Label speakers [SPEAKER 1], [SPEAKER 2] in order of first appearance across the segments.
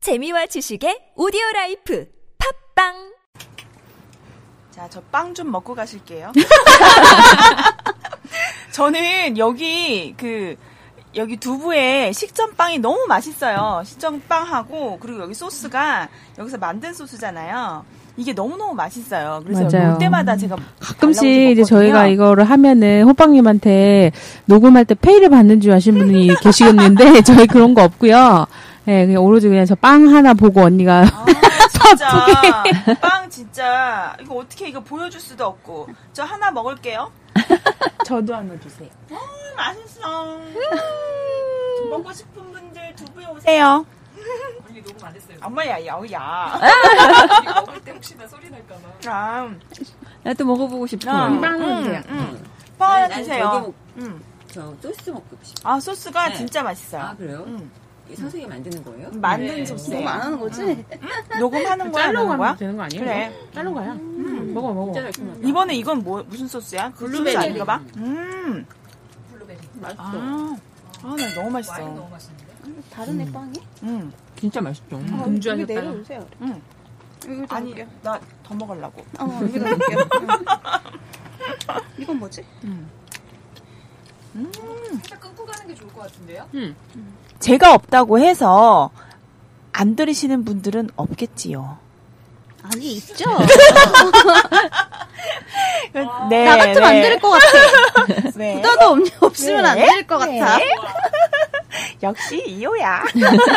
[SPEAKER 1] 재미와 지식의 오디오 라이프 팝빵
[SPEAKER 2] 자, 저 빵 좀 먹고 가실게요. 저는 여기 그 여기 두부에 식전빵이 너무 맛있어요. 식전빵하고 그리고 여기 소스가 여기서 만든 소스잖아요. 이게 너무너무 맛있어요. 그래서 여기
[SPEAKER 3] 맞아요.
[SPEAKER 2] 올 때마다 제가
[SPEAKER 3] 가끔씩
[SPEAKER 2] 달라고
[SPEAKER 3] 이제
[SPEAKER 2] 먹거든요.
[SPEAKER 3] 저희가 이거를 하면은 호빵님한테 녹음할 때 페이를 받는 줄 아시는 분이 계시겠는데 저희 그런 거 없고요. 예, 그냥 오로지 그냥 저 빵 하나 보고 언니가
[SPEAKER 2] 아, 진짜 빵 진짜 이거 어떻게 이거 보여줄 수도 없고 저 하나 먹을게요.
[SPEAKER 4] 저도 하나 주세요.
[SPEAKER 2] 음, 맛있어.
[SPEAKER 4] 음.
[SPEAKER 2] 먹고 싶은 분들 두부에 오세요.
[SPEAKER 5] 언니 녹음 안 했어요.
[SPEAKER 2] 엄마야 야야.
[SPEAKER 5] 우리 먹을 때 혹시나 소리 날까봐.
[SPEAKER 2] 아,
[SPEAKER 6] 나도 먹어보고 싶어.
[SPEAKER 4] 아,
[SPEAKER 2] 음, 음, 음. 빵 하나
[SPEAKER 7] 난
[SPEAKER 2] 드세요.
[SPEAKER 7] 저거 먹-
[SPEAKER 2] 음.
[SPEAKER 7] 저 소스 먹고 싶어.
[SPEAKER 2] 아 소스가
[SPEAKER 7] 네.
[SPEAKER 2] 진짜 맛있어요.
[SPEAKER 7] 아 그래요?
[SPEAKER 2] 음.
[SPEAKER 7] 이 선생님이 만드는 거예요? 네.
[SPEAKER 2] 만든
[SPEAKER 5] 네.
[SPEAKER 2] 소스예요.
[SPEAKER 4] 하는 거지?
[SPEAKER 2] 녹음하는 거야, 안
[SPEAKER 4] 잘로
[SPEAKER 2] 하는 거야?
[SPEAKER 4] 가면 되는 거 아니에요?
[SPEAKER 2] 그래. 음.
[SPEAKER 4] 잘로 가요. 먹어 먹어.
[SPEAKER 7] 진짜 달콤하다.
[SPEAKER 2] 이번에 이건 뭐 무슨 소스야? 그 소스
[SPEAKER 4] 블루베리.
[SPEAKER 2] 아닌가 봐. 음.
[SPEAKER 5] 블루베리.
[SPEAKER 7] 맛있어.
[SPEAKER 2] 아, 아, 나 너무
[SPEAKER 5] 와인
[SPEAKER 2] 맛있어.
[SPEAKER 5] 너무 맛있는데.
[SPEAKER 8] 다른 애 빵이? 어,
[SPEAKER 2] 음.
[SPEAKER 4] 진짜 맛있죠.
[SPEAKER 8] 여기
[SPEAKER 4] 음주하셨다가.
[SPEAKER 8] 내려오세요.
[SPEAKER 2] 응.
[SPEAKER 8] 이거 좀
[SPEAKER 2] 아니,
[SPEAKER 8] 아니, 어,
[SPEAKER 2] 나 더 먹으려고.
[SPEAKER 8] 여기다 놓을게요. 이건 뭐지?
[SPEAKER 5] 살짝 끊고 가는 게 좋을 것 같은데요?
[SPEAKER 2] 제가 없다고 해서 안 들으시는 분들은 없겠지요.
[SPEAKER 8] 아니, 있죠?
[SPEAKER 2] 네.
[SPEAKER 8] 아. 나 같으면 안 들을 것 같아.
[SPEAKER 2] 네.
[SPEAKER 8] 나도 없- 없으면 안
[SPEAKER 2] 네.
[SPEAKER 8] 들을 것 같아.
[SPEAKER 2] 역시 이호야.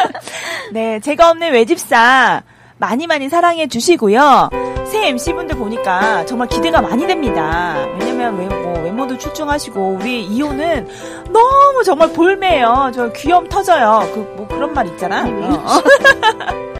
[SPEAKER 2] 네, 제가 없는 외집사 많이 많이 사랑해 주시고요. 새 MC분들 보니까 정말 기대가 많이 됩니다. 왜냐면 외, 뭐, 외모도 출중하시고 우리 이호는 너무 정말 볼매예요. 저 귀염 터져요. 그 뭐 그런 말 있잖아. 어.